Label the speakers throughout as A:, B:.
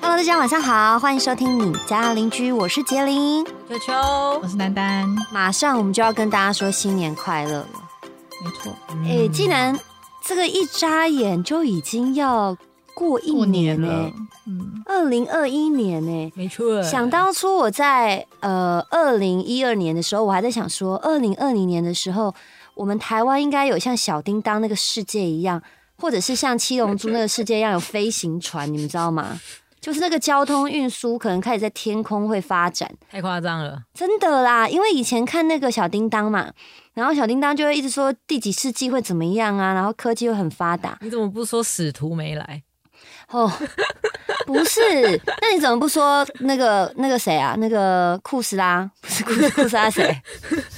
A: Hello，大家晚上好，欢迎收听你家邻居，我是杰林。
B: 球球，
C: 我是丹丹，
A: 马上我们就要跟大家说新年快乐了。
C: 没错，
B: 嗯
C: 嗯
A: 哎、既然这个一眨眼就已经要过一
C: 过
A: 年
C: 年
A: 呢、
C: 了，嗯，
A: 二零二一年呢、
B: 没错，
A: 想当初我在呃二零一二年的时候，我还在想说，二零二零年的时候，我们台湾应该有像小叮当那个世界一样，或者是像七龙珠那个世界一样有飞行船，你们知道吗？就是那个交通运输可能开始在天空会发展，
B: 太夸张了，
A: 真的啦，因为以前看那个小叮当嘛，然后小叮当就会一直说第几世纪会怎么样啊，然后科技会很发达
B: 你怎么不说使徒没来？
A: 哦，不是，那你怎么不说那个那个谁啊，那个库斯拉不是库斯库斯拉谁，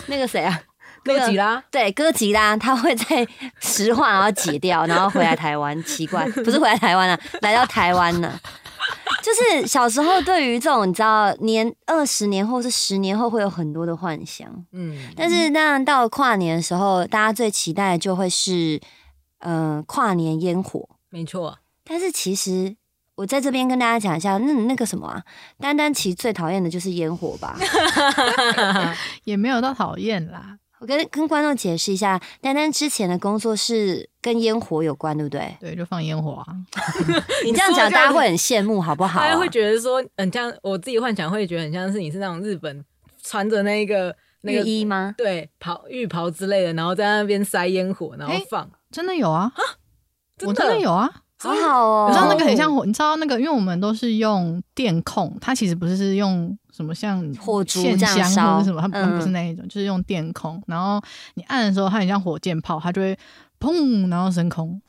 A: 那个谁啊，那个
B: 哥吉拉，
A: 对，哥吉拉他会在石化然后解掉，然后回来台湾，奇怪，不是回来台湾啊，来到台湾呢、就是小时候对于这种你知道年二十年后是十年后会有很多的幻想，
B: 嗯，
A: 但是当然到了跨年的时候，大家最期待的就会是呃跨年烟火。
B: 没 错，
A: 但是其实我在这边跟大家讲一下，那那个什么啊，丹丹其实最讨厌的就是烟火吧。
C: 也没有到讨厌啦，
A: 我跟跟观众解释一下，丹丹之前的工作是跟烟火有关，对不对？
C: 对，就放烟火啊，
A: 你这样
B: 说
A: 讲，
B: 就
A: 大家会很羡慕，好不好、
B: 大
A: 啊
B: 家？会觉得说很像，我自己幻想会觉得很像是你是那种日本穿着那个那
A: 浴
B: 个
A: 衣吗？
B: 对袍浴袍之类的，然后在那边塞烟火，然后
C: 诶
B: 放，
C: 真的有啊，我真的有啊，
A: 好好哦，
C: 你知道那个很像火，你知道那个，因为我们都是用电控，它其实不是用什么像
A: 火烛
C: 线
A: 这样
C: 香
A: 烧
C: 或者什么，它它不是
A: 嗯
C: 那一种，就是用电控，然后你按的时候，它很像火箭炮，它就会砰，然后升空，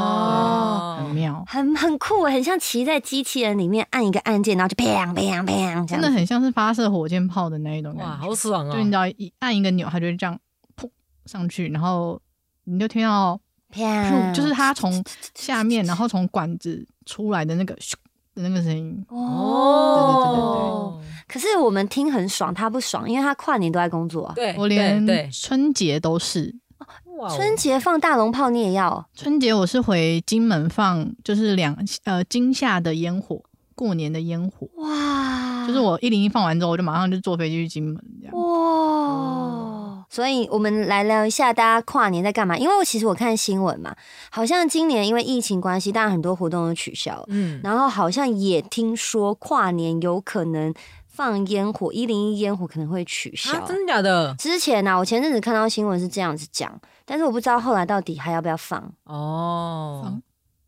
C: 很
B: 哦，
C: 妙。
A: 很很酷，欸很像骑在机器人里面按一个按键，然后就砰砰砰这
C: 真
A: 样
C: 的
A: 子。
C: 很像是发射火箭炮的那一种感
B: 哇，
C: 觉，
B: 好爽
C: 就你
B: 哦
C: 只！要一按一个钮，它就会这样砰上去，然后你就听到噗，
B: 嗯
A: 砰，
C: 就是它从下面，然后从管子出来的那个咻的那个声音。
A: 哦
C: 哦。
A: 可是我们听很爽，他不爽，因为他跨年都在工作啊。
B: 对，
C: 我连
B: 对，
C: 春节都是，
B: 对哇哦
A: 春节放大龙炮你也要哦？
C: 春节我是回金门放，就是两呃金夏的烟火，过年的烟火，
B: 啊
A: 哇，
C: 就是我一零一放完之后，我就马上就坐飞机去金门这样。
B: 哦
A: 哇。所以，我们来聊一下大家跨年在干嘛？因为我其实我看新闻嘛，好像今年因为疫情关系，当然很多活动都取消了，
B: 嗯，
A: 然后好像也听说跨年有可能放烟火，一零一烟火可能会取消。
B: 啊，真的假的？
A: 之前呢、啊，我前阵子看到新闻是这样子讲，但是我不知道后来到底还要不要放，
B: 哦
C: 放，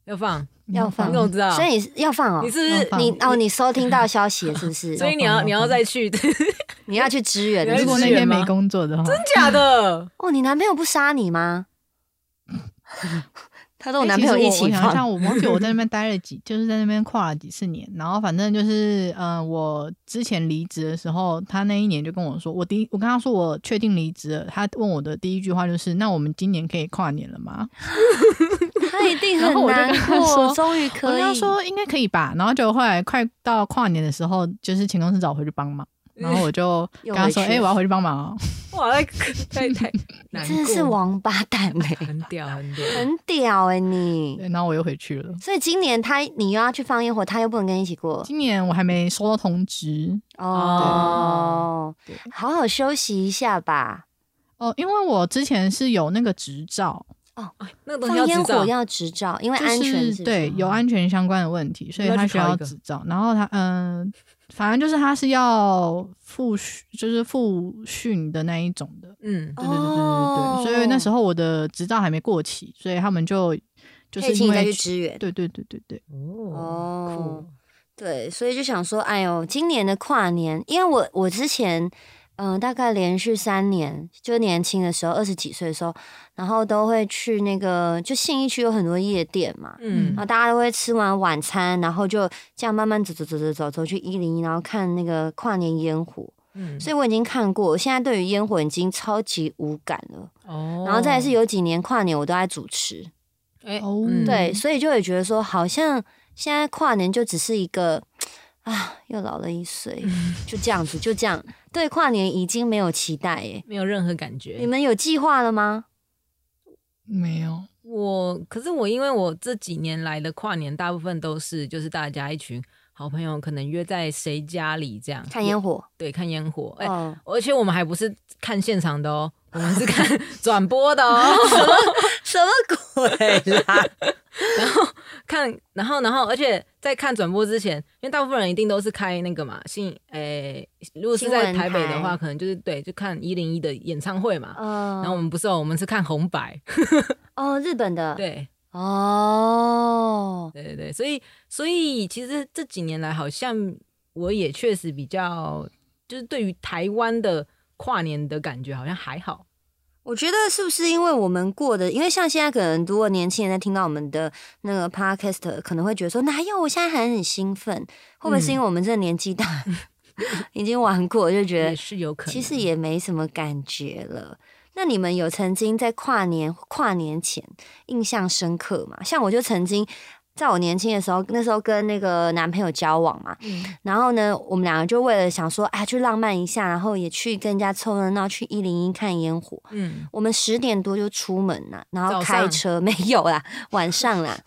B: 要放，
A: 要放
B: 你怎么知道？
A: 所以你是要放哦
B: 啊你。是不是
C: 要放
A: 你哦，你哦收听到消息了是不是？
B: 所以你
C: 要
B: 要
C: 放
B: 你
C: 要
B: 要
C: 放
B: 再去， 真
A: 你要去支援
B: 你要
A: 是
C: 如
A: 不
C: 果
A: 是
C: 那
B: 支援
C: 天没
B: 吗
C: 工作的话，
B: 假 的？
A: 哦，你男朋友不杀你吗？ 他跟我
C: 欸
A: 男
C: 其
A: 朋友
C: 实
A: 一
C: 我
A: 起
C: 我想一下，
A: 放，
C: 我忘记我在那边待了几，就是在那边跨了几次年。然后反正就是，呃，我之前离职的时候，他那一年就跟我说，我第一，我跟他说我确定离职了，他问我的第一句话就是，那我们今年可以跨年了吗？
A: 他一定
C: 然
A: 很
C: 后我就
A: 难
C: 跟他
A: 过。
C: 说
A: 终于
C: 我
A: 可
C: 跟
A: 以，
C: 他说应该可以吧。然后结果后来快到跨年的时候，就是前公司找我回去帮忙，然后我就
A: 又
C: 跟他说，
A: 回
C: 哎、
A: 去
C: 我要回去帮忙、哦。
B: 哇，太太太难
A: 真的是
B: 过
A: 王八蛋哎、
B: 很屌很屌，
A: 很屌哎、你。
C: 对，然后我又回去了。
A: 所以今年他你又要去放烟火，他又不能跟你一起过
C: 今年我还没收到通知
A: 哦
C: 对对，
A: 好好休息一下吧。
C: 哦，因为我之前是有那个执照，
B: 那个东西要
A: 放烟
B: 知道
A: 火，要执照，因为
C: 就
A: 安全是不是
C: 对有安全相关的问题，所以
B: 要
C: 他
B: 去
C: 需
B: 考一
C: 要
B: 个
C: 执照。然后他嗯、反正就是他是要复训，就是复训的那一种的。
B: 嗯，
C: 对对对对对对，所以那时
A: 候
C: 候我的执照还没过期，所以他们就就
A: 可以
C: 是因
A: 请你再去
C: 为
A: 支援。
C: 对对对对对，
B: 哦，
A: 哦
B: 酷，，
A: 对，所以就想说，哎呦，今年的跨年，因为我我之前，嗯、大概连续三年，就年轻的时候，二十几岁的时候，然后都会去那个，就信义区有很多夜店嘛，
B: 嗯
A: 然后大家都会吃完晚餐，然后就这样慢慢走走走走走走去一零一，然后看那个跨年烟火。
B: 嗯，
A: 所以我已经看过，我现在对于烟火已经超级无感了。
B: 哦，
A: 然后再来是有几年跨年我都在主持，
B: 哎
C: 哦
B: 嗯
A: 对，所以就会觉得说，好像现在跨年就只是一个啊，又老了一岁，就这样子，就这 样，对跨年已经没有期待耶。
B: 没有任何感觉。
A: 你们有计划了吗？
C: 没有，
B: 我可是我，因为我这几年来的跨年，大部分都是就是大家一群好朋友可能约在谁家里这样
A: 看烟火，
B: 对，看烟火。哎、
A: 哦，
B: 而且我们还不是看现场的哦，我们是看转播的哦，
A: 什么 鬼啦？
B: 看，然后，然后，而且在看转播之前，因为大部分人一定都是开那个嘛，信，诶、如果是
A: 新
B: 在
A: 闻台
B: 台北的话，可能就是对，就看一零一的演唱会嘛。然后我
A: 哦，
B: 们不是哦，我们是看红白，
A: 哦，日本的，
B: 对，
A: 哦，
B: 对对对，所以所以其实这几年来，好像我也确实比较，就是对于台湾的跨年的感觉好像还好，
A: 我觉得是不是因为我们过的，因为像现在可能如果年轻人在听到我们的那个 podcast，可能会觉得说哪有，我现在还很兴奋，会不会是因为我们这个年纪 大，已经玩过，就觉
B: 也
A: 得
B: 是有可能。
A: 其实也没什么感觉了。那你们有曾经在跨年跨年前印象深刻吗？像我就曾经在我年轻的时候，那时候跟那个男朋友交往嘛，
B: 嗯
A: 然后呢，我们两个就为了想说，啊，去浪漫一下，然后也去跟人家凑热闹，去一零一看烟火。
B: 嗯，
A: 我们十点多就出门了，然后
B: 早
A: 开
B: 上
A: 车 没有啦，晚上 啦，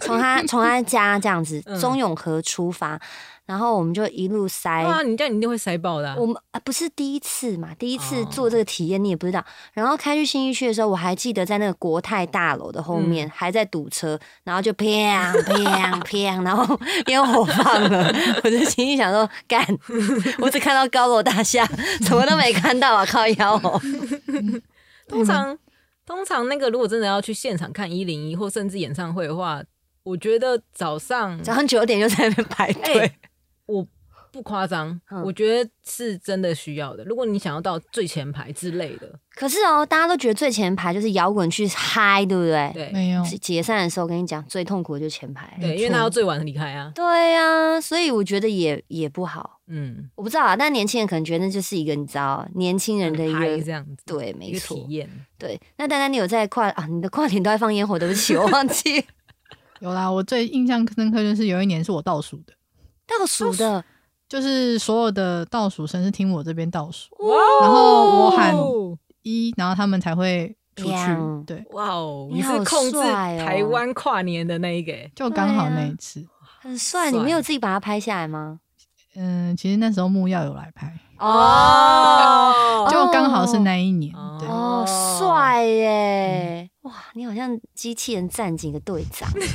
A: 从他从他家这样子
B: 嗯
A: 中永和出发，然后我们就一路塞。
B: 哇，啊你这样你一定会塞爆的啊、
A: 我们啊不是第一次嘛，第一次
B: 哦
A: 做这个体验你也不知道。然后开去新一区的时候，我还记得在那个国泰大楼的后面、还在堵车，然后就砰砰 砰，然后烟火放了，我就心里想说干，我只看到高楼大厦，什么都没看到啊，靠腰哦。
B: 通
A: 嗯
B: 常通常那个如果真的要去现场看一零一或甚至演唱会的话，我觉得早上
A: 早上九点就在那边排队。
B: 哎我不夸张，
A: 嗯
B: 我觉得是真的需要的。如果你想要到最前排之类的，
A: 可是哦，大家都觉得最前排就是摇滚去嗨，对不对？
B: 对
C: 没有，
A: 是解散的时候，我跟你讲，最痛苦的就是前排。
B: 对，因为他要最晚离开啊。
A: 对呀、所以我觉得也也不好，
B: 嗯，
A: 我不知道啊。但年轻人可能觉得那就是一个你知道，年轻人的一
B: 嗨
A: 个
B: 这样子，
A: 对，
B: 一
A: 没
B: 个
A: 错
B: 体，验。
A: 对。那丹丹，你有在跨啊？你的跨年都在放烟火，对不起，我忘记
C: 有啦。我最印象深刻就是有一年是我倒数的，
A: 倒数的
C: 就是所有的倒数声是听我这边倒数
B: 哇
A: 哦
C: 然后我喊
B: 哦
C: 一，然后他们才会出
A: 喵
C: 去。对，
B: 哇哦，
A: 你
B: 你
A: 好
B: 是控制
A: 帅哦
B: 台湾跨年的那一个欸，
C: 就刚
A: 对
C: 好
A: 啊
C: 那一次。
A: 很帅，你没有自己把它拍下来吗？
C: 嗯，其实那时候木曜有来拍，
A: 哦哦
C: 就刚好是那一年。对，
A: 哦，帅耶！哇，你好像机器人战警的队长。
B: 对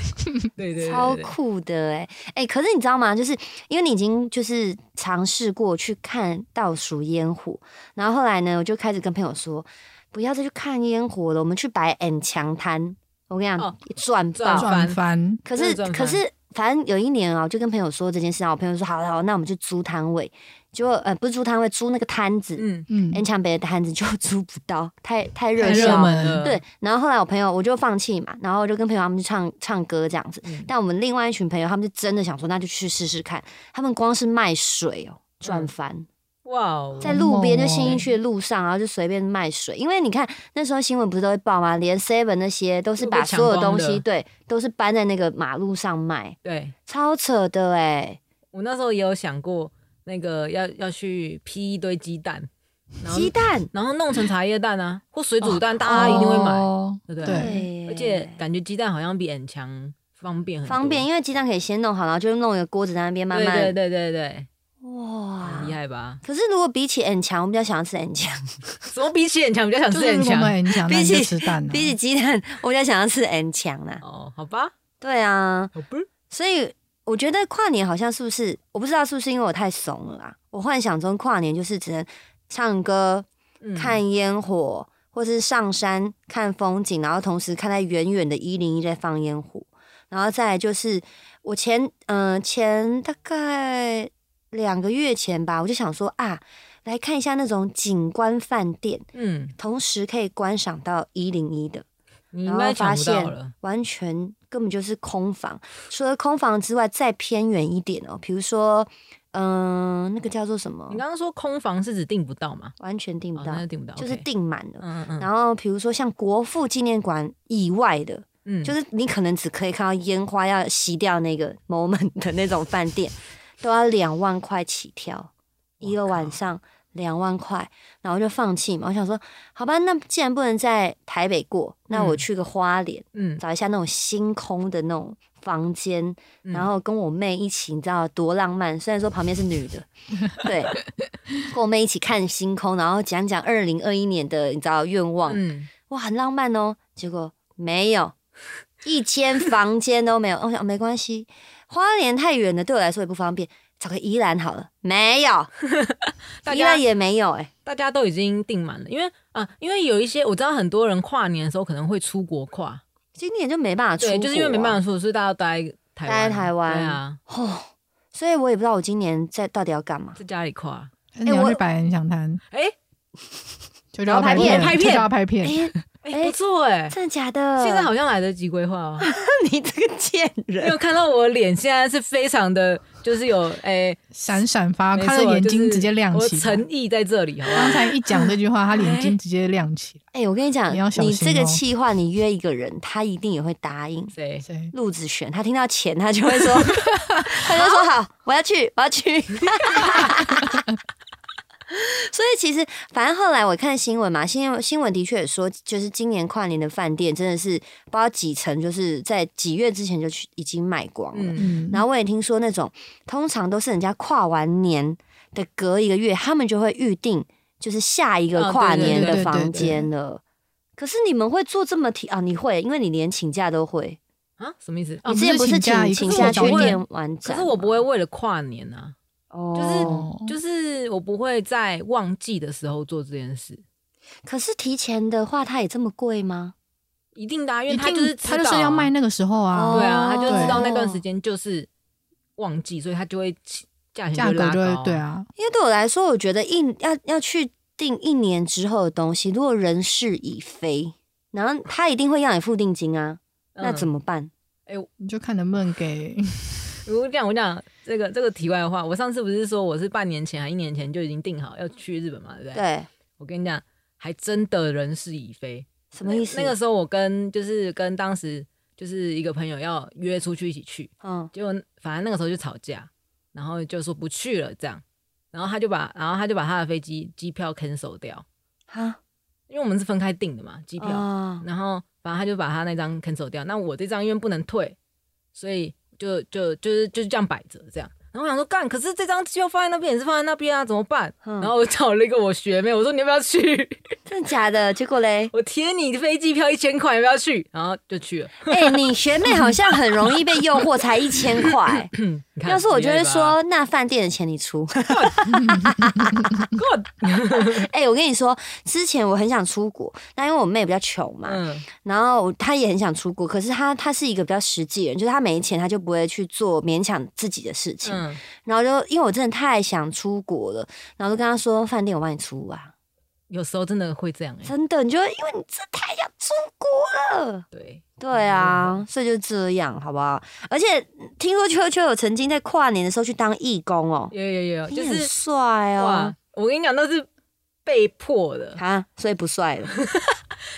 B: 对对，对
A: 超。酷的哎、欸、哎、可是你知道吗？就是因为你已经就是尝试过去看倒数烟火，然后后来呢，我就开始跟朋友说，不要再去看烟火了，我们去摆 M 强滩。我跟你讲
B: 哦，
A: 赚、
B: 赚
A: 爆！
B: 翻
C: 转翻，
A: 可
B: 真
A: 是
B: 的赚
A: 可
B: 翻
A: 是，反正有一年啊、我就跟朋友说这件事啊，我朋友说好了好了，那我们去租摊位，结果呃不是租摊位，租那个摊子。
B: 嗯，
C: 嗯，
A: N 强北的摊子就 租不到，太太热
C: 太
A: 销
C: 热
A: 了。
B: 嗯
C: 门了。
A: 对，然后后来我朋友我就放弃嘛，然后我就跟朋友他们去唱唱歌这样子。
B: 嗯
A: 但我们另外一群朋友，他们就真的想说，那就去试试看。他们光是卖水哦，赚
B: 嗯
A: 翻，
B: 哇哦，
A: 在路边就
C: 好猛哦
A: 新一区的路上，然后就随便卖水。因为你看那时候新闻不是都会报吗？连 Seven 那些都是
B: 都被
A: 把
B: 抢
A: 所有东
B: 光的
A: 西对，都是搬在那个马路上卖，
B: 对
A: 超扯的哎、
B: 我那时候也有想过，那个要要去批一堆鸡蛋，然后
A: 鸡蛋
B: 然后弄成茶叶蛋啊，或水煮蛋，大家一定会买，
C: 哦
B: 对不
C: 对
A: 对
B: 而且感觉鸡蛋好像比 N 强方便很多
A: 方便，，因为鸡蛋可以先弄好，然后就弄一个锅子在那边慢慢
B: 对对对对对，哎
A: 哇
B: 很厉。害吧？
A: 可是如果比起 N 强，我比较想要吃 N 强。
B: 怎么比起 N 强比较想
C: 就
B: 吃
C: 是
B: N
C: 如果
B: 强？
C: 没人讲，那
A: 比
C: 你
A: 起
C: 就吃蛋啊了。
A: 比起鸡蛋，我比较想要吃 N 强啦。
B: 哦，好吧，
A: 对啊，
B: 好吧，
A: 所以我觉得跨年好像是不是？我不知道是不是因为我太怂了啦。我幻想中跨年就是只能唱歌、
B: 嗯
A: 看烟火，或是上山看风景，然后同时看在远远的一零一在放烟火，然后再来就是我前嗯、前大概两个月前吧，我就想说啊，来看一下那种景观饭店，
B: 嗯，
A: 同时可以观赏到一零一的。
B: 你
A: 然
B: 应
A: 后
B: 该
A: 发
B: 抢不到
A: 现
B: 了，
A: 完全根本就是空房，除了空房之外，再偏远一点哦，比如说，嗯、那个叫做什么
B: 你，刚刚说空房是指订不到吗？
A: 完全订不
B: 哦，
A: 到，
B: 那就订不到，
A: 就是
B: OK，
A: 订满了。
B: 嗯嗯嗯，
A: 然后比如说像国父纪念馆以外的，
B: 嗯
A: 就是你可能只可以看到烟花要熄掉那个 moment 的那种饭店，都要两万块起跳，一个晚上。两万块，然后就放弃嘛。我想说，好吧，那既然不能在台北过，那我
B: 嗯
A: 去个花莲，
B: 嗯，
A: 找一下那种星空的那种房间，
B: 嗯
A: 然后跟我妹一起，你知道多浪漫？虽然说旁边是女 的，对，跟我妹一起看星空，然后讲讲二零二一年的你知道愿望，
B: 嗯，
A: 哇，很浪漫哦。结果没有，一间房间都没有。我想没关系，花莲太远了，对我来说也不方便，找个宜兰好了。没有，
B: 大
A: 宜
B: 家
A: 兰也没有、哎，
B: 大家都已经订满了，因为啊、因为有一些我知道很多人跨年的时候可能会出国跨，
A: 今年就没办法出、啊
B: 对，就是因为没办
A: 法。
B: 法出国，所以大家都待台湾，
A: 待在台湾
B: 对啊，
A: 哦，所以我也不知道我今年在到底要干嘛。
B: 在家里跨，
C: 你要
A: 我
C: 去百人讲坛，
B: 哎、
C: 就叫他
A: 然后
C: 片，
B: 拍片
C: 就叫他拍
A: 哎、
C: 片。
B: 哎、
A: 哎
B: 不错哎、
A: 真的假的？
B: 现在好像来得及规划哦，
A: 你这个贱
B: 因为
A: 人！
B: 我看到我脸现在是非常的，就是有哎、
C: 闪闪发
B: 没
C: 光，
B: 错
C: 他的啊眼
B: 就
C: 睛
B: 是
C: 直接亮
B: 我哎
C: 起来。
B: 诚意在这里，好
C: 刚
B: 吧？
C: 才一讲这句 话，他眼睛直接亮起来。
A: 哎、我跟你讲，
C: 你要小心哦
A: 你这个气话，你约一个人，他一定也会答应。
B: 谁？
C: 谁？
A: 陆子璇，他听到钱，他就会说，他就说 好，我要去，我要去。 所以其实，反正后来我看新闻嘛，新闻新闻的确也说，就是今年跨年的饭店真的是不知道几层，就是在几月之前就去已经卖光了。
B: 嗯，
C: 嗯，
A: 然后我也听说，那种通常都是人家跨完年的隔一个月，他们就会预定就是下一个
B: 哦
A: 跨
B: 对对
A: 年
B: 对
A: 的
C: 对
A: 房
C: 对
A: 间了。可是你们会做这么提啊？你会，因为你连请假都会。
B: 啊，什么意思？
C: 哦
A: 你之前不
C: 不是
A: 是
C: 请假
A: 请
C: 一
A: 请
B: 个
A: 假
B: 我
A: 去
B: 不会
A: 练完
B: 可
A: 展？
B: 是我不会，为了跨年啊，
A: 哦，
C: 哦
B: 就是我不会在旺季的时候做这件事，
A: 可是提前的话，它也这么贵吗？
B: 一定的、啊，因为
C: 一
B: 他
C: 定
B: 就是知道
C: 他
B: 啊
C: 就是要卖那个时候
A: 哦
C: 啊，
B: 对啊，他就知道
A: 对
B: 那段时间就是旺季，所以他就会起价钱
C: 价格
B: 拉
C: 就
B: 高
C: 会对，啊，
A: 因为对我来说，我觉得一要要去定一年之后的东西，如果人事已非，然后他一定会要你付定金啊，那怎
B: 么？
A: 么办？
C: 你就看能不能给。
B: 我讲我讲这个这个题外话，我上次不是说我是半年前还一年前就已经定好要去日本嘛，对不对？
A: 对，
B: 我跟你讲，还真的人事已非，
A: 什么意思？
B: 那个时候我跟就是跟当时就是一个朋友要约出去一起去，
A: 嗯，
B: 结果反正那个时候就吵架，然后就说不去了这样，然后他就把然后他就把他的飞机机票 cancel 掉，
A: 哈，
B: 因为我们是分开订的嘛机票，
A: 啊
B: 然后反正他就把他那张 cancel 掉，那我这张因为不能退，所以就就就是就是这样摆着这样。然后我想说干，可是这张机票放在那边也是放在那边啊，怎么办？
A: 嗯
B: 然后我找了一个我学妹，我说你要不要去？ ，
A: 真的假的？结果嘞
B: 我贴你飞机票一千块，要不要去？然后就去了。
A: 哎、你学妹好像很容易被诱惑，才一千 块。
B: 嗯，你看
A: 要是我
B: 厉
A: 就
B: 害
A: 会
B: 吧
A: 说，那饭店的钱你出。
B: ，God，
A: 哎、我跟你说，之前我很想出国，那因为我妹比较穷嘛，
B: 嗯
A: 然后她也很想出国，可是她她是一个比较实际人，就是她没钱，她就不会去做勉强自己的事情。
B: 嗯，
A: 然后就因为我真的太想出国了，然后就跟她说，饭店我帮你出啊，
B: 有时候真的会这样哎、
A: 真的，你就会因为你真的太想出国了。
B: 对，
A: 对
B: 嗯
A: 啊，所以就这样，好不好？而且听说秋秋有曾经在跨年的时候去当义工哦，
B: 有有有，
A: 你
B: 呃就
A: 很
B: 是
A: 帅哦
B: 哇，，我跟你讲，那是被迫的，
A: 啊，所以不帅了，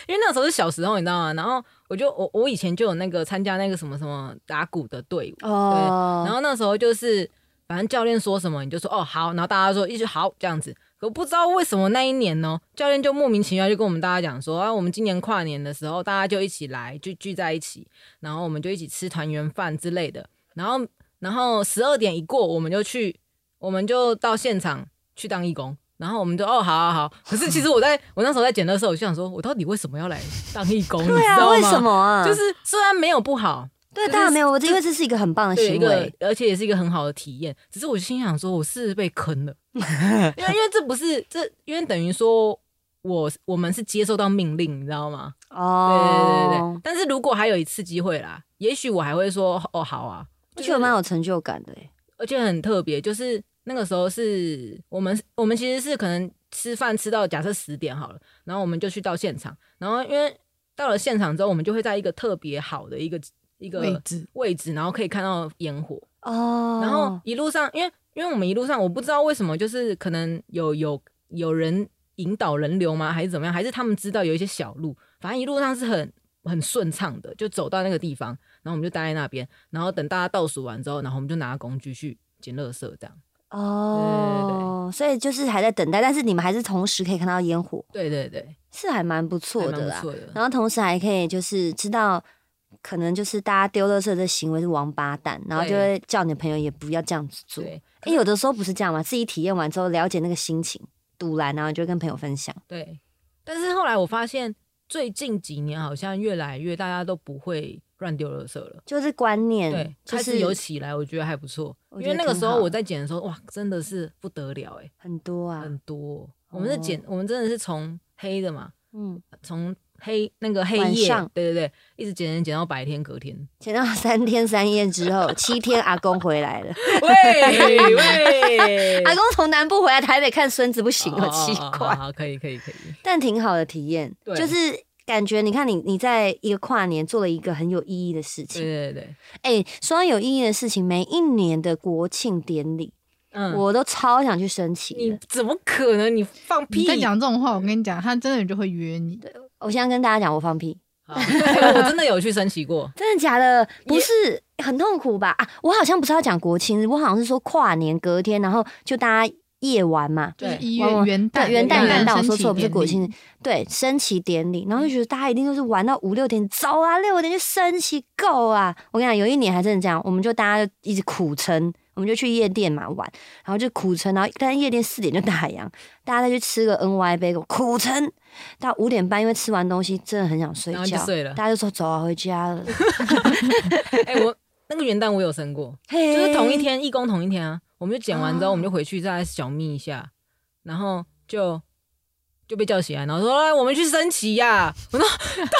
B: 因为那时候是小时候，你知道吗？然后我就我我以前就有那个参加那个什么什么打鼓的队伍，
A: 哦，
B: 然后那时候就是反正教练说什么你就说哦好，然后大家说一直好这样子。可不知道为什么那一年呢，教练就莫名其妙就跟我们大家讲说啊，我们今年跨年的时候大家就一起来，就聚在一起，然后我们就一起吃团圆饭之类的。然后然后十二点一过，我们就去，我们就到现场去当义工。然后我们就哦，好好好。可是其实我在我那时候在剪的时候，我就想说，我到底为什么要来当义工？
A: 对
B: 你知
A: 啊，
B: 道
A: 为
B: 吗
A: 什么啊？
B: 就是虽然没有不好，
A: 对，
B: 就是
A: 当然没有，我因为这是一个很棒的
B: 对一
A: 行
B: 个
A: 为，，
B: 而且也是一个很好的体验。只是我心想说，我是被 坑了，因为因为这不是这，因为等于说我我们是接受到命令，你知道吗？对对对对
A: 哦
B: 对，。但是如果还有一次机会啦，也许我还会说哦好啊，
A: 我
B: 就
A: 觉得
B: 是
A: 蛮有成就感的欸耶，
B: 而且很特别，就是那个时候是我们我们其实是可能吃饭吃到假设十点好了，然后我们就去到现场，然后因为到了现场之后，我们就会在一个特别好的一个一个
C: 位置
B: 位置，然后可以看到烟火。
A: 哦。
B: 然后一路上，因为因为我们一路上，我不知道为什么，就是可能有有有人引导人流吗，还是怎么样？还是他们知道有一些小路，反正一路上是很很顺畅的，就走到那个地方，然后我们就待在那边，然后等大家倒数完之后，然后我们就拿工具去捡垃圾，这样。
A: 哦，所以就是还在等待，但是你们还是同时可以看到烟火，
B: 对对对，
A: 是还蛮不错
B: 还蛮
A: 的啊
B: 不
A: 啦。
B: 错的。
A: 然后同时还可以就是知道，可能就是大家丢垃圾的行为是王八蛋，然后就会叫你的朋友也不要这样子做。
B: 对
A: 哎、有的时候不是这样嘛，自己体验完之后了解那个心情，堵来，然后就会跟朋友分享。
B: 对，但是后来我发现，最近几年好像越来越大家都不会乱丢垃圾了。
A: 就是观念，
B: 对，
A: 就
B: 开始
A: 是
B: 有起来，我觉得还不错。
A: 我
B: 因
A: 觉
B: 为
A: 得
B: 那个
A: 挺
B: 时候
A: 好
B: 我在剪的时候，哇，真的是不得了哎、
A: 很多啊，哦
B: 很多。我们是剪，我们真的是从黑的嘛，
A: 嗯，
B: 从黑那个黑
A: 晚
B: 夜
A: 上，
B: 对对对，一直剪剪剪到白天，隔天。
A: 前到三天三夜之后，七天阿公回来了，
B: 喂 喂，
A: 阿公从南部回来台北看孙子不行哦，
B: 哦
A: 奇
B: 哦哦
A: 怪，
B: 好，可以可以可以，
A: 但挺好的体验，
B: 对
A: 就是。感觉你看你你在一个跨年做了一个很有意义的事情，
B: 对对对，
A: 哎、说到有意义的事情，每一年的国庆典礼，
B: 嗯，
A: 我都超想去升旗
B: 你
A: 的。
B: 怎么可能？你放
C: 你
B: 屁！
C: 在讲这种话，我跟你讲，他真的就会约你。
A: 我现在跟大家讲，我放屁，
B: 好 我真的有去升旗过，
A: 真的假的？不是很痛苦吧？啊，我好像不是要讲国庆日，我好像是说跨年隔天，然后就大家夜晚嘛，
C: 就是
B: 对
C: 一
A: 往
C: 月
A: 往
C: 元旦，
A: 对元旦
B: 元旦
A: 元旦，我
C: 升
A: 说
C: 旗
A: 错，不是
C: 典
A: 国
C: 礼
A: 庆日，对，升旗典礼，
B: 嗯
A: 然后就觉得大家一定都是玩到五六点，走啊，六点就升旗，够啊！我跟你讲，有一年还真的这样，我们就大家就一直苦撑，我们就去夜店嘛玩，然后就苦撑，然后但是夜店四点就打烊，大家再去吃个 N Y 杯，苦撑到五点半，因为吃完东西真的很想睡
B: 然后就
A: 觉，
B: 睡了。
A: 大家就说走啊，回家了，
B: 哎，我那个元旦我有升过，
A: 就
B: 就是同一，天，义工同一天啊。我们就剪完之
A: 哦
B: 后，我们就回去再小眯一下，然后就就被叫起来，然后说：“来，我们去升旗呀、 我说：“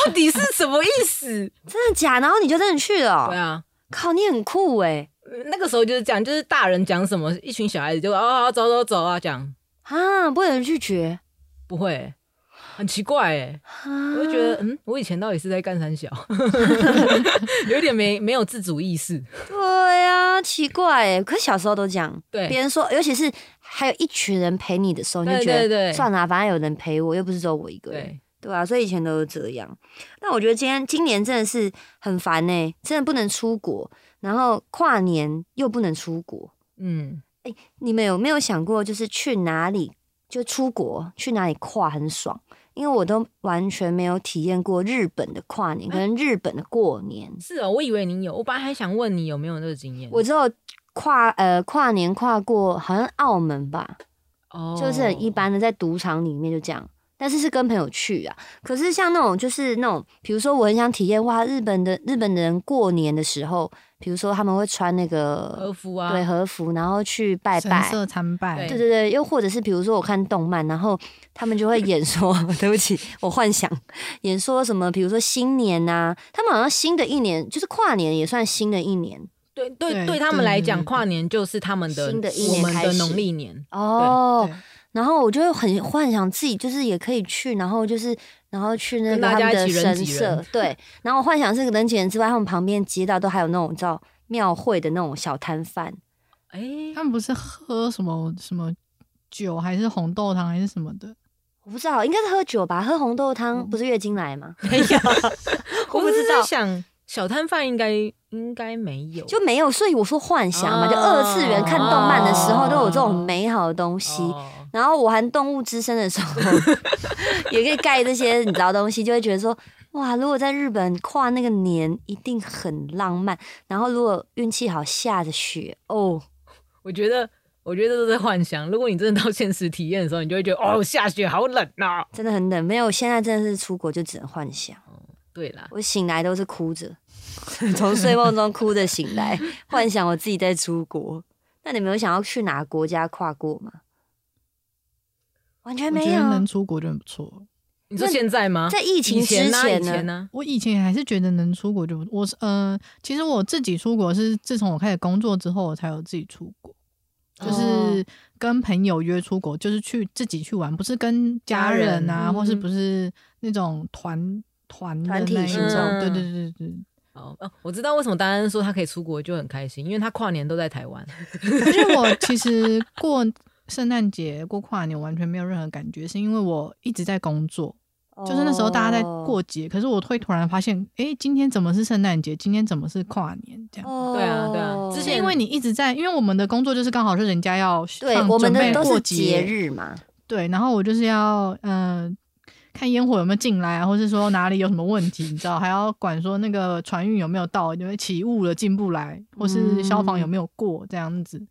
B: 到底是什么意思
A: 真的假？然后你就真的去了？”哦，
B: 对啊，嗯
A: 靠，你很酷哎、
B: 那个时候就是这样，就是大人讲什么，一群小孩子就哦哦走走走啊，讲
A: 啊，不能拒绝
B: 不会、很奇怪哎、
A: 啊，
B: 我就觉得，嗯，我以前到底是在干三小， 有点没没有自主意识。
A: 对呀、奇怪哎，可小时候都这样，别
B: 对
A: 人说，尤其是还有一群人陪你的时候，你就
B: 对
A: 觉得
B: 对对
A: 算了、啊，反正有人陪我，又不是只有我一个人，
B: 对，
A: 对啊，所以以前都是这样。那我觉得今天今年真的是很烦呢、真的不能出国，然后跨年又不能出国。
B: 嗯，
A: 你们有没有想过，就是去哪里就出国去哪里跨很爽？因为我都完全没有体验过日本的跨
B: 啊
A: 年跟日本的过年。
B: 是哦，我以为你有，我本来还想问你有没有这个经验，
A: 我只有跨呃跨年跨过好像澳门吧，
B: 哦
A: 就是很一般的在赌场里面就这样。但是是跟朋友去啊，可是像那种就是那种，比如说我很想体验哇，日本的日本人过年的时候，比如说他们会穿那
B: 和
A: 个
B: 服啊，
A: 对和服，然后去拜
C: 神
A: 拜，
C: 社参拜，
A: 对对对，又或者是比如说我看动漫，然后他们就会演说， 对不起，我幻想演说什么，比如说新年呐、他们好像新的一年就是跨年也算新的一年
B: 对对，
C: 对
B: 对他们来
C: 对
B: 讲，
C: 对对
B: 跨年就是他们的
A: 新的一
B: 我
A: 年
B: 们
A: 开
B: 的
A: 始
B: 农历年。
A: 哦。
C: 对
A: 然后我就会很幻想自己就是也可以去，然后就是然后去那
B: 跟
A: 个
B: 大
A: 他
B: 家
A: 们的
B: 一起人
A: 神
B: 挤
A: 社
B: 人，
A: 对。然后我幻想是个人挤人之外，他们旁边街道都还有那种你知道庙会的那种小摊贩，
B: 哎，
C: 他们不是喝什么什么酒，还是红豆汤，还是什么的？
A: 我不知道应该是喝酒吧，喝红豆汤不是月经来吗？
B: 没有，
A: 我
B: 我
A: 不
B: 不
A: 知
B: 知
A: 道
B: 道。想小摊贩应该应该没有，
A: 就没有，所以我说幻想嘛，
B: 哦
A: 就二次元看动漫的时候都有这种美好的东西。
B: 哦
A: 然后我玩动物之声的时候， 也可以盖这些你知道东西，就会觉得说，哇，如果在日本跨那个年一定很浪漫。然后如果运气好，下着雪哦，
B: 我觉得。我觉得这都是幻想。如果你真的到现实体验的时候，你就会觉得哦，下雪好冷啊呐、
A: 真的很冷。没有，现在真的是出国就只能幻想。
B: 对啦，
A: 我醒来都是哭 着，从睡梦中哭着醒来，幻想我自己在出国。那你们有想要去哪个国家跨过吗？完全
C: 我
A: 哎没
C: 觉得
A: 有。
C: 能出国就很不错。
B: 你说现在吗？
A: 在疫情
B: 以
A: 之
B: 前呢、啊以
A: 呢？
B: 呢、
C: 我啊以前还是觉得能出国就不，我是呃，其实我自己出国是自从我开始工作之后，我才有自己出国，
A: 哦
C: 就是跟朋友约出国，就是去自己去玩，不是跟家人
A: 家
C: 啊，
A: 人嗯
C: 或是不是那种团团的
A: 团体
C: 那一
A: 行
C: 种
B: 动
C: 对对对对对，
B: 哦哦，我知道为什么丹丹说他可以出国就很开心，因为他跨年都在台湾。
C: 可是我其实过圣诞节、过跨年完全没有任何感觉，是因为我一直在工作，啊就是那时候大家在
A: 哦
C: 过节，可是我会突然发现，诶，今天怎么是圣诞节？今天怎么是跨年？这样。
A: 哦，
B: 对啊，对啊，之
C: 是因为你一直在，因为我们的工作就是刚好是人家要
A: 对
C: 放
A: 我们
C: 准
A: 的
C: 备
A: 都
C: 过
A: 是节日嘛，
C: 对，然后我就是要呃看烟火有没有进来啊，或是说哪里有什么问题，你知道，还要管说那个船运有没有到，因为起雾了进不来，或是消
A: 嗯
C: 防有没有过这样子。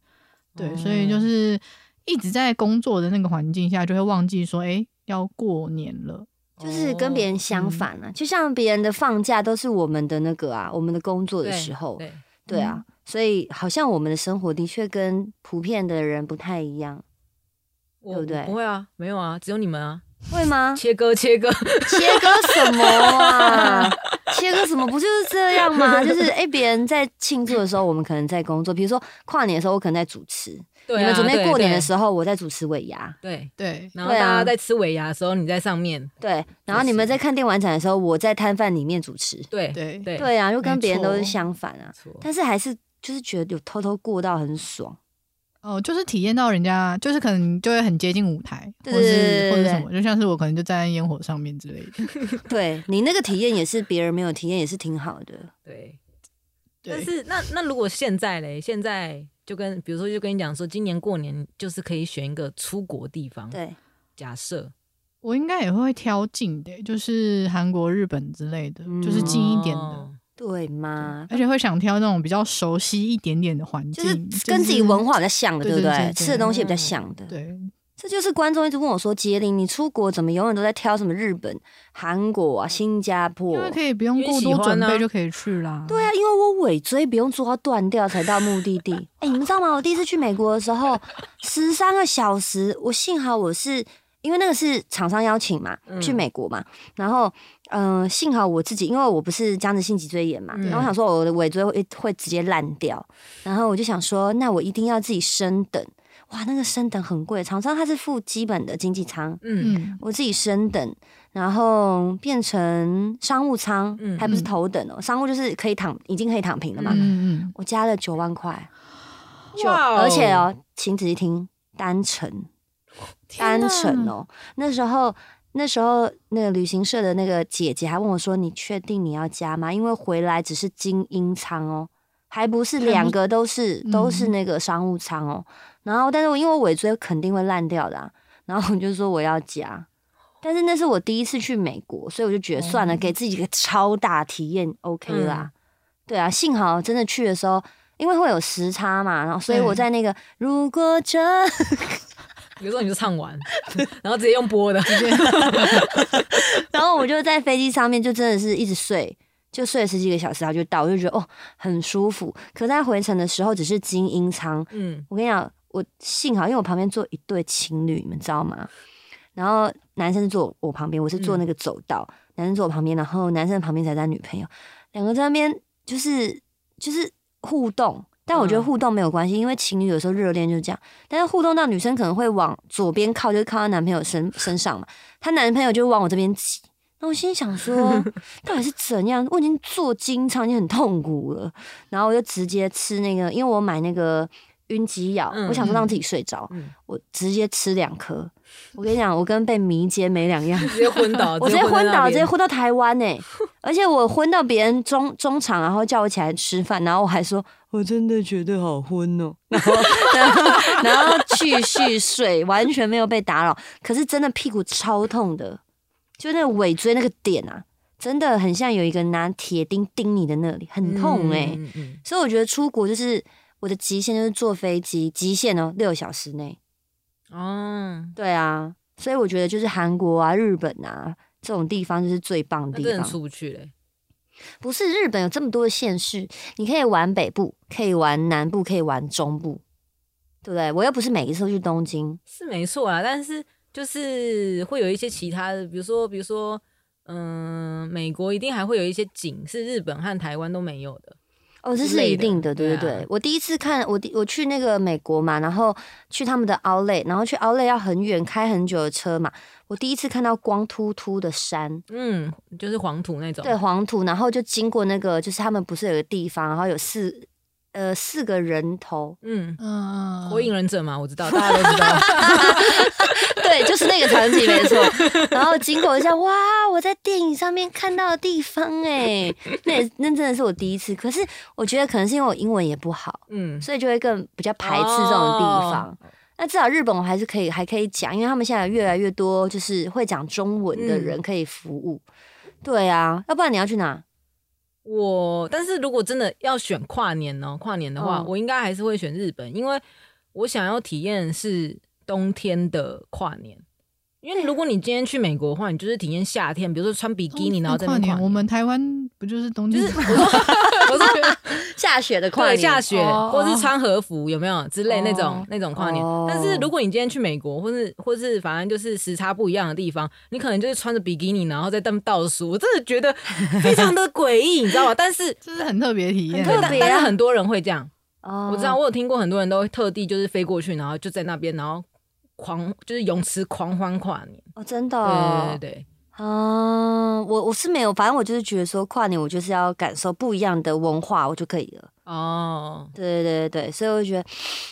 C: 对，所
A: 哦
C: 以就是一直在工作的那个环境下，就会忘记说，哎、要过年了。
B: 哦
A: 就是跟别人
B: 嗯
A: 相反啊，就像别人的放假都是我们的那个啊，我们的工作
B: 做
A: 的时候，
B: 对，嗯
A: 对啊，所以好像我们的生活的确跟普遍的人不太一样，
B: 我
A: 对不对
B: 我不会啊，没有啊，只有你们啊，
A: 会 吗？
B: 切割切割，
A: 切割什么啊？切割什么？不就是这样吗？就是哎，别、人在庆祝的时候，我们可能在工作，比如说跨年的时候，我可能在主持；
B: 对啊，
A: 你们准备过年的
B: 候，
A: 时候，我在主持尾牙。
B: 对，
C: 对，
B: 然后
A: 对
B: 大
A: 啊
B: 家在吃尾牙的时候，你在上面，
A: 对，然后你们在看电玩展的时候，我在摊贩里面主持。
B: 对
C: 对
B: 对
A: 对啊，又跟
C: 没
A: 别人都是
C: 错
A: 相反啊，
B: 错
A: 但是还是就是觉得有偷偷过到很爽。
C: 哦、就是体验到人家，就是可能就会很接近舞台，
A: 对对对对
C: 或是或
A: 对
C: 者什么，就像是我可能就站在烟火上面之类的。
A: 对你那个体验也是别人没有体验，也是挺好的。
B: 对。
C: 对
B: 但是那那如果现在嘞，现在就跟比如说就跟你讲说，今年过年就是可以选一个出国地方，
A: 对，
B: 假设
C: 我应该也会挑近的，就是韩国、日本之类的，就是近一点的。
B: 哦
A: 对嘛，
C: 而且会想挑那种比较熟悉一点点的环
A: 就
C: 境，
A: 是跟自己文化比较像的，
C: 对
A: 对不
C: 对对
A: 对？
C: 对嗯
A: 吃的东西也比较像的。
C: 对
A: 这就是观众一直问我说：“杰林，你出国怎么永远都在挑什么日本、韩国啊、新加坡
C: 因为可以不用过
B: 因为喜
C: 多
B: 欢
C: 准
B: 啊
C: 备就可以去啦？”。
A: 对啊，因为我尾椎不用做到断掉才到目的地。哎、你们知道吗？我第一次去美国的时候，十三个小时，我幸好我是因为那个是厂商邀请嘛，
B: 嗯
A: 去美国嘛，然后嗯、呃幸好我自己，因为我不是僵直性脊椎炎嘛，
B: 嗯
A: 然后我想说我的尾椎会会直接烂掉，然后我就想说，那我一定要自己升等。哇，那个升等很贵，厂商它是付基本的经济舱，
B: 嗯
C: 嗯，
A: 我自己升等，然后变成商务舱，
B: 嗯
A: 还不是头等哦，商务就是可以躺，已经可以躺平了嘛。
C: 嗯 嗯
A: 我加了九万块，就
B: 哇哦
A: 而且哦，请仔细听，单程，单程 哦，那时候。那时候，那个旅行社的那个姐姐还问我说：“你确定你要加吗？因为回来只是精英舱哦，还不是
C: 还不
A: 两个都是
C: 嗯
A: 都是那个商务舱哦。然后，但是我因为我尾椎肯定会烂掉的、啊，然后我就说我要加。但是那是我第一次去美国，所以我就觉得算了，
C: 哦嗯
A: 给自己一个超大体验，OK 啦。对啊，幸好真的去的时候，因为会有时差嘛，然后所以
C: 对
A: 我在那个如果这
B: 比如说你就唱完， 然后直接用播的，
A: 然后我就在飞机上面就真的是一直睡，就睡了十几个小时，然后就到，我就觉得哦很舒服。可在回程的时候只是精英舱，
B: 嗯，
A: 我跟你讲，我幸好因为我旁边坐一对情侣，你们知道吗？然后男生坐我旁边，我是坐那个走道，男生坐我旁边，然后男生旁边才是他女朋友，两个在那边就是就是互动。但我觉得
B: 嗯
A: 互动没有关系，因为情侣有时候热恋就是这样。但是互动到女生可能会往左边靠，就是靠她男朋友身身上嘛，她男朋友就往我这边挤。那我心里想 说，到底是怎样？我已经做经常已经很痛苦了，然后我就直接吃那个，因为我买那个晕机药，
B: 嗯
A: 我想说让自己睡着，
B: 嗯嗯
A: 我直接吃两颗。我跟你讲，我跟被迷奸没两样，
B: 直接昏倒，
A: 我直接昏倒，
B: 哦在那
A: 直接
B: 边
A: 昏到台湾 呢、而且我昏到别人中中场，然后叫我起来吃饭，然后我还说我真的觉得好昏 哦、然后然后然后继续睡，完全没有被打扰，可是真的屁股超痛的，就那个尾椎那个点啊，真的很像有一个拿铁钉钉你的那里，很痛哎、
B: 嗯嗯嗯
A: 所以我觉得出国就是我的极限，就是坐飞机，极限哦，六小时内。
B: 嗯哦，
A: 对啊，所以我觉得就是韩国啊、日本啊这种地方就是最棒的
B: 那
A: 地
B: 真的
A: 方。
B: 出不去嘞，
A: 不是日本有这么多的县市，你可以玩北部，可以玩南部，可以玩中部，对不对？我又不是每一次都去东京，
B: 是没错啊，但是就是会有一些其他的，比如说比如说。嗯，美国一定还会有一些景是日本和台湾都没有的。
A: 哦，这
B: 之
A: 是
B: 类
A: 一
B: 的
A: 定的，对
B: 对
A: 不对？
B: 啊
A: 我第一次看我第我去那个美国嘛，然后去他们的 Outlet，然后去 Outlet 要很远，开很久的车嘛。我第一次看到光秃秃的山，
B: 嗯，就是黄土那种。，
A: 对黄土，然后就经过那个，就是他们不是有个地方，然后有四呃四个人头
B: 嗯，
C: 嗯，
B: 火影忍者嘛，我知道，大家都知道。
A: 对，就是那个场景没错。然后经过一下，哇，我在电影上面看到的地方哎、那也那真的是我第一次。可是我觉得可能是因为我英文也不好，
B: 嗯，
A: 所以就会更比较排斥这种地方。
B: 哦
A: 那至少日本我还是可以，还可以讲，因为他们现在有越来越多就是会讲中文的人可以服务。对啊，要不然你要去哪？
B: 我但是如果真的要选跨年哦，跨年的话，
A: 嗯
B: 我应该还是会选日本，因为我想要体验是冬天的跨年。因为如果你今天去美国的话，你就是体验夏天，比如说穿比基尼，然后在那
C: 跨
B: 边跨
C: 年，我们台湾不就是冬天？
B: 我说
A: 下雪的跨
B: 对
A: 年，
B: 下雪，
C: 哦
B: 或是穿和服有没有之类那种
C: 哦
B: 那种跨年
A: 哦？
B: 但是如果你今天去美国，或是或是反正就是时差不一样的地方，你可能就是穿着比基尼，然后在那边倒数，我真的觉得非常的诡异，你知 道吗？但是
C: 这是很特别的体验，
A: 很特
B: 但
A: 别啊
B: 但是很多人会这样，
A: 哦
B: 我知道，我有听过很多人都会特地就是飞过去，然后就在那边，然后狂就是泳池狂欢跨年。
A: 哦，真的、
B: 对
A: 哦
B: 对，对
A: 啊，我我是没有，反正我就是觉得说跨年，我就是要感受不一样的文化，我就可以了。
B: 对，哦，，
A: 对对对对，所以我就觉得，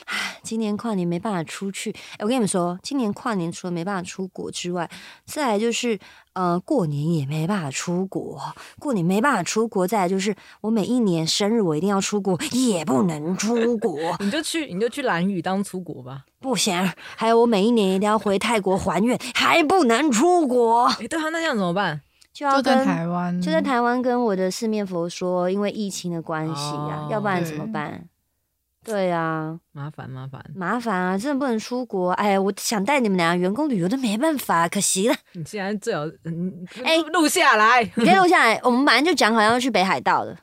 A: 唉，今年跨年没办法出去。哎，我跟你们说，今年跨年除了没办法出国之外，再来就是，呃，过年也没办法出国，过年没办法出国。再来就是，我每一年生日我一定要出国，也不能出国
B: 你就去你就去蓝屿当出国吧。
A: 不行。还有我每一年一定要回泰国还愿，还不能出国，
B: 哎，对啊，那这样怎么办？
A: 就要
C: 就在
A: 跟
C: 台湾，
B: 嗯
A: 就在台湾跟我的四面佛说，因为疫情的关系啊，
B: 哦嗯
A: 要不然怎么
C: 对
A: 办？对啊，
B: 麻烦麻烦，
A: 麻烦啊，真的不能出国。哎呀，我想带你们俩员工旅游都没办法，可惜了。
B: 你竟然最好嗯
A: 哎
B: 录录下来。
A: 你可以录下来，我们本来就讲好要去北海道的，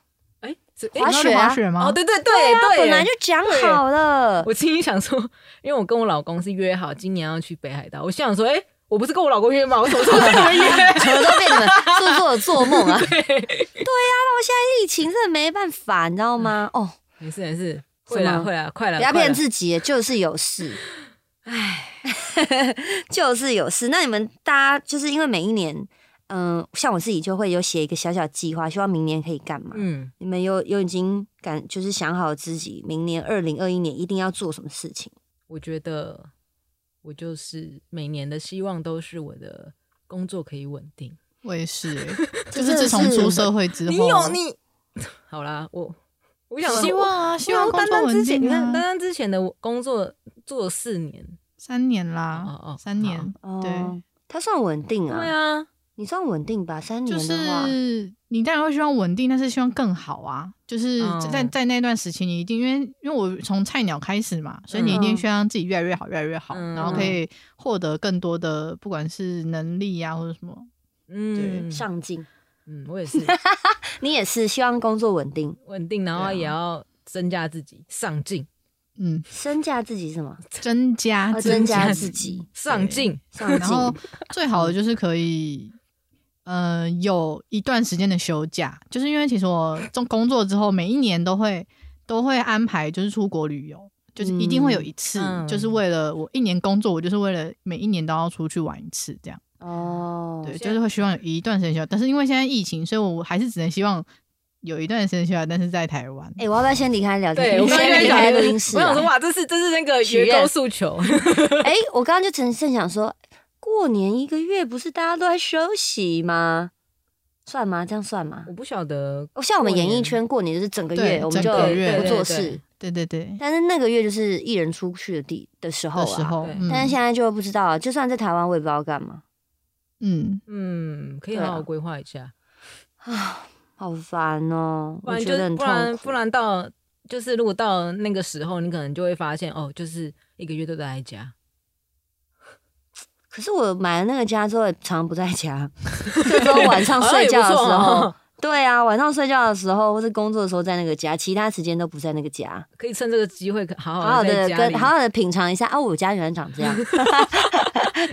B: 哎，是
A: 滑
B: 哎
C: 你要去
A: 雪啊
C: 滑雪吗？
B: 哦，对对对
A: 本来
B: 对
A: 就。讲好了。
B: 我心里想说，因为我跟我老公是约好今年要去北海道，我心想说，哎，我不是跟我老公约吗？我什么时候跟你们约？
A: 什么都被你们做做的做梦 啊！对呀、那我现在疫情真的没办法，你知道吗？
B: 嗯
A: 哦，
B: 没事没事，
A: 什
B: 会啦
A: 么
B: 会啦，快了，
A: 不要
B: 快
A: 骗
B: 啦
A: 自己，就是有事。唉， 就是有事。那你们大家就是因为每一年，嗯、像我自己就会有写一个小小计划，希望明年可以干嘛。
B: 嗯，
A: 你们有有已经感就是想好自己明年二零二一年一定要做什么事情？
B: 我觉得我就是每年的希望都是我的工作可以稳定。
C: 我 也是欸，
A: 这真
C: 就是
A: 的
C: 自从
A: 是
C: 出社会之后，
B: 你 好啦，我我想
C: 希望啊，希望工
B: 丹
C: 作
B: 丹之
C: 稳
B: 前，你
C: 定
B: 看丹
C: 啊，
B: 丹之前的工作做了四年，
C: 三年
B: 哦哦
C: 啦
B: 哦，
C: 啊三年，
A: 哦
C: 对，
A: 它算稳定
B: 对
A: 啊，
B: 啊，
A: 你算稳定吧，三
C: 就
A: 年的话，
C: 是你当然会希望稳定，但是希望更好啊。就是
B: 嗯
C: 在、在那段时期，你一定因为因为我从菜鸟开始嘛，所以你一定
A: 嗯
C: 希望自己越来越好，越来越好，
B: 嗯
C: 然后可以获得更多的不管是能力啊或者什么。
B: 嗯，
A: 上进。
B: 嗯，我也 是
A: 你也是希望工作稳定，
B: 稳定，
A: 啊
B: 然后也要增加自己，上进，
C: 嗯，
A: 身价自己是什么？
C: 啊增加
A: 哦
C: 自己
A: 增加自己，
B: 上进，
A: 上
C: 嗯然
A: 进。
C: 后最
A: 嗯
C: 好的就是可以，呃，有一段时间的休假，就是因为其实我中工作之后，每一年都会都会安排就是出国旅游，就是一定会有一次，
B: 嗯
C: 就是为了我一年工作，我就是为了每一年都要出去玩一次这样。
A: 哦，
C: 对，
B: 现在
C: 就是会希望有一段时间休假，但是因为现在疫情，所以我还是只能希望有一段时间休假，但是在台湾。
A: 哎、我要不要先离开聊天？
B: 对我刚刚
A: 先
B: 在
A: 离
B: 想
A: 开
B: 就
A: 录
B: 是，
A: 音
B: 我
A: 室、啊
B: 想。说，哇，这是这是那个
A: 许
B: 圆
A: 愿
B: 周 诉求，
A: 哎、我刚刚就正正想说，过年一个月不是大家都在休息吗？算吗？这样算吗
B: 我？不晓得
A: 哦，像我们
B: 过
A: 演艺
B: 年
A: 圈过年就是整个
C: 对
A: 月，我们
C: 整
A: 就
C: 个月
A: 不做
B: 对对
A: 事，
C: 对对对，
A: 但是那个月就是艺人出去的地的时候
C: 的时
A: 啊。
C: 候
B: 对，
C: 嗯
A: 但是现在就不知道啊，就算在台湾，我也不知道干嘛，
C: 嗯，
B: 嗯，可以
A: 对
B: 好
A: 啊
B: 好规划一下，
A: 好烦哦、
B: 不
A: 我
B: 然
A: 觉得
B: 就
A: 很
B: 不
A: 痛
B: 然
A: 苦。
B: 不然到就是如果到那个时候，你可能就会发现哦，就是一个月都待在家，
A: 可是我买了那个家之后，也常不在 家，就只有晚 上
B: 好像
A: 睡
B: 哎也不
A: 觉的时
B: 错
A: 候
B: 哦。
A: 对啊，晚上睡觉的时候或是工作的时候在那个家，其他时间都不在那个家，
B: 可以趁这个机会好
A: 好
B: 好
A: 好
B: 地哦在
A: 的
B: 家
A: 跟
B: 里，
A: 好好的品尝一下啊，我家原来长 这样，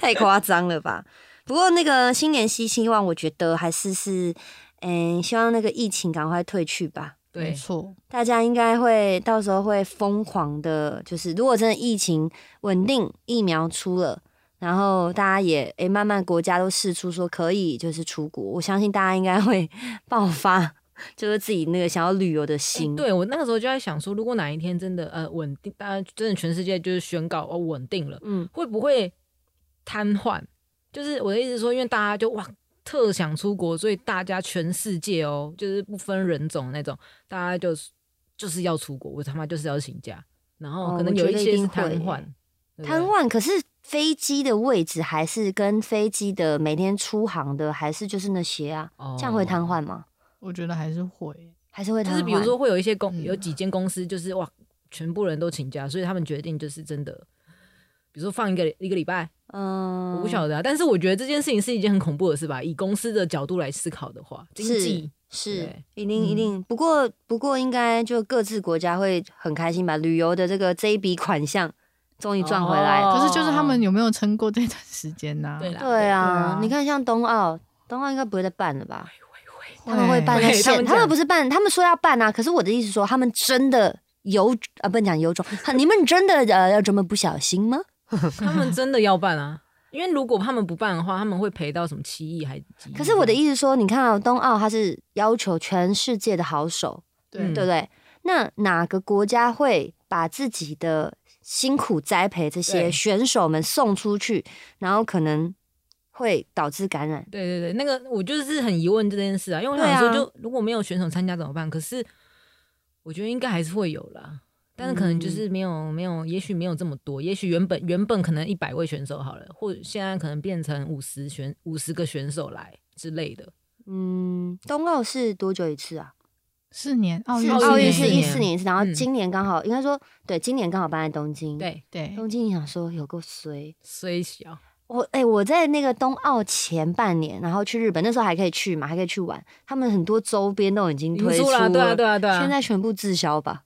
A: 太夸张了吧？不过那个新年新希望，我觉得还是是，嗯，希望那个疫情赶快退去吧。
C: 没
B: 对，
C: 错，
A: 大家应该会到时候会疯狂的，就是如果真的疫情稳定，疫苗出了，然后大家也诶、慢慢国家都试出说可以就是出国，我相信大家应该会 爆发。就是自己那个想要旅游的心。
B: 哎对我那个时候就在想说，如果哪一天真的呃稳定，大家真的全世界就是宣告哦稳定了，
A: 嗯，
B: 会不会瘫痪？就是我的意思是说，因为大家就哇特想出国，所以大家全世界哦，就是不分人种那种，大家就是就是要出国，我他妈就是要请假，然后
A: 哦
B: 可能
A: 我
B: 有
A: 觉得一
B: 些是
A: 定会
B: 瘫痪
A: 耶，
B: 对不对
A: 瘫痪，可是飞机的位置还是跟飞机的每天出航的还是就是那些啊，
B: 哦
A: 这样会瘫痪吗？
C: 我觉得还是会。
A: 还是会
B: 就
A: 瘫痪？
B: 是比如说会有一些公
C: 嗯
B: 有几间公司就是哇，全部人都请假，所以他们决定就是真的，比如说放一个一个礼拜，
A: 嗯，
B: 我不晓得、啊，但是我觉得这件事情是一件很恐怖的事吧？以公司的角度来思考的话，经
A: 是
B: 济
A: 是
B: 对
A: 一定
C: 嗯
A: 一定，不过不过应该就各自国家会很开心吧？旅游的这个这一笔款项终于赚回来了。
B: 哦
C: 可是就是他们有没有撑过这段时间呢、
B: 对啦
A: 对啊
C: 对啊，
A: 你看像冬奥，冬奥应该不会再办了吧？
C: 会
A: 他们会办在
B: 会他
A: 线，
B: 们
A: 他们
B: 讲
A: 不是办，他们说要办啊。可是我的意思说，他们真的有啊，不能讲有种， 你们真的呃要这么不小心吗？
B: 他们真的要办啊， 因为如果他们不办的话，他们会赔到什么七亿还几亿
A: 可是我的
B: 这样
A: 意思说，你看啊，冬奥它是要求全世界的好手，
C: 对
B: 嗯
A: 对不对？那哪个国家会把自己的辛苦栽培这些
B: 对
A: 选手们送出去，然后可能会导致感染？
B: 对对对，那个我就是很疑问这件事啊，因为我
A: 对
B: 想
A: 啊
B: 说就，如果没有选手参加怎么办？可是我觉得应该还是会有啦，但是可能就是没有、没有，也许没有这么多，也许原本原本可能一百位选手好了，或者现在可能变成五十选五十个选手来之类的。
A: 嗯，冬奥是多久一次啊？
C: 四年奥运
A: 是
B: 奥
A: 奥运
B: 运
A: 是
B: 四
A: 一
B: 年
A: 四年一次，然后
B: 嗯
A: 今年刚好、应该说对，今年刚好办在东京。，
B: 对，
C: 对
A: 东京你想说有够衰。
B: 虽小，
A: 我哎、我在那个冬奥前半年，然后去日本，那时候还可以去嘛，还可以去玩。他们很多周边都已经
B: 你
A: 推出
B: 啦，对啊对啊对啊，
A: 现在全部滞销吧，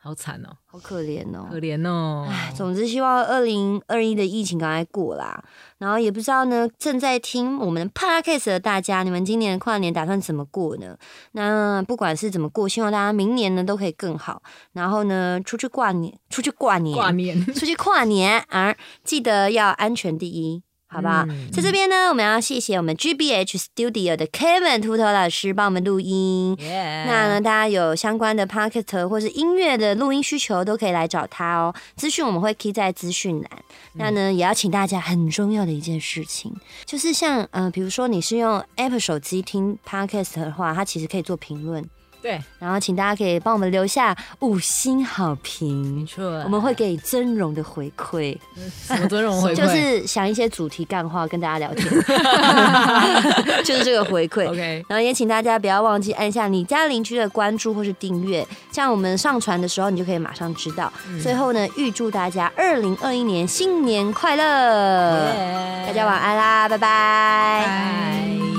B: 好惨哦、
A: 好可怜哦。
B: 可怜哦、
A: 唉，总之希望二零二一的疫情赶快过啦。然后也不知道呢，正在听我们 podcast 的大家，你们今年的跨年打算怎么过呢？那不管是怎么过，希望大家明年呢都可以更好。然后呢，出去跨年，出去跨年，
B: 挂念，
A: 出去跨年啊！记得要安全第一，啊好不好？
B: 嗯
A: 在这边呢，我们要谢谢我们 GBH Studio 的 Kevin 秃头老师帮我们录音。那
B: 那
A: 呢，大家有相关的 Pocket 或是音乐的录音需求，都可以来找他哦。资讯我们会 key 在资讯栏。那呢，也要请大家很重要的一件事情，就是像呃，比如说你是用 Apple 手机听 Podcast 的话，它其实可以做评论，
B: 对，
A: 然后请大家可以帮我们留下五星好
B: 没
A: 评。
B: 错，
A: 我们会给尊荣的回馈，
B: 什么尊荣回馈？
A: 就是想一些主题干话跟大家聊 天，就是这个回馈。
B: OK，
A: 然后也请大家不要忘记按下你家邻居的关注或是订阅，这样我们上传的时候你就可以马上知道。最后呢，预祝大家二零二一年新年快乐，
B: 大
A: 呃大家晚安啦，拜拜
B: 拜。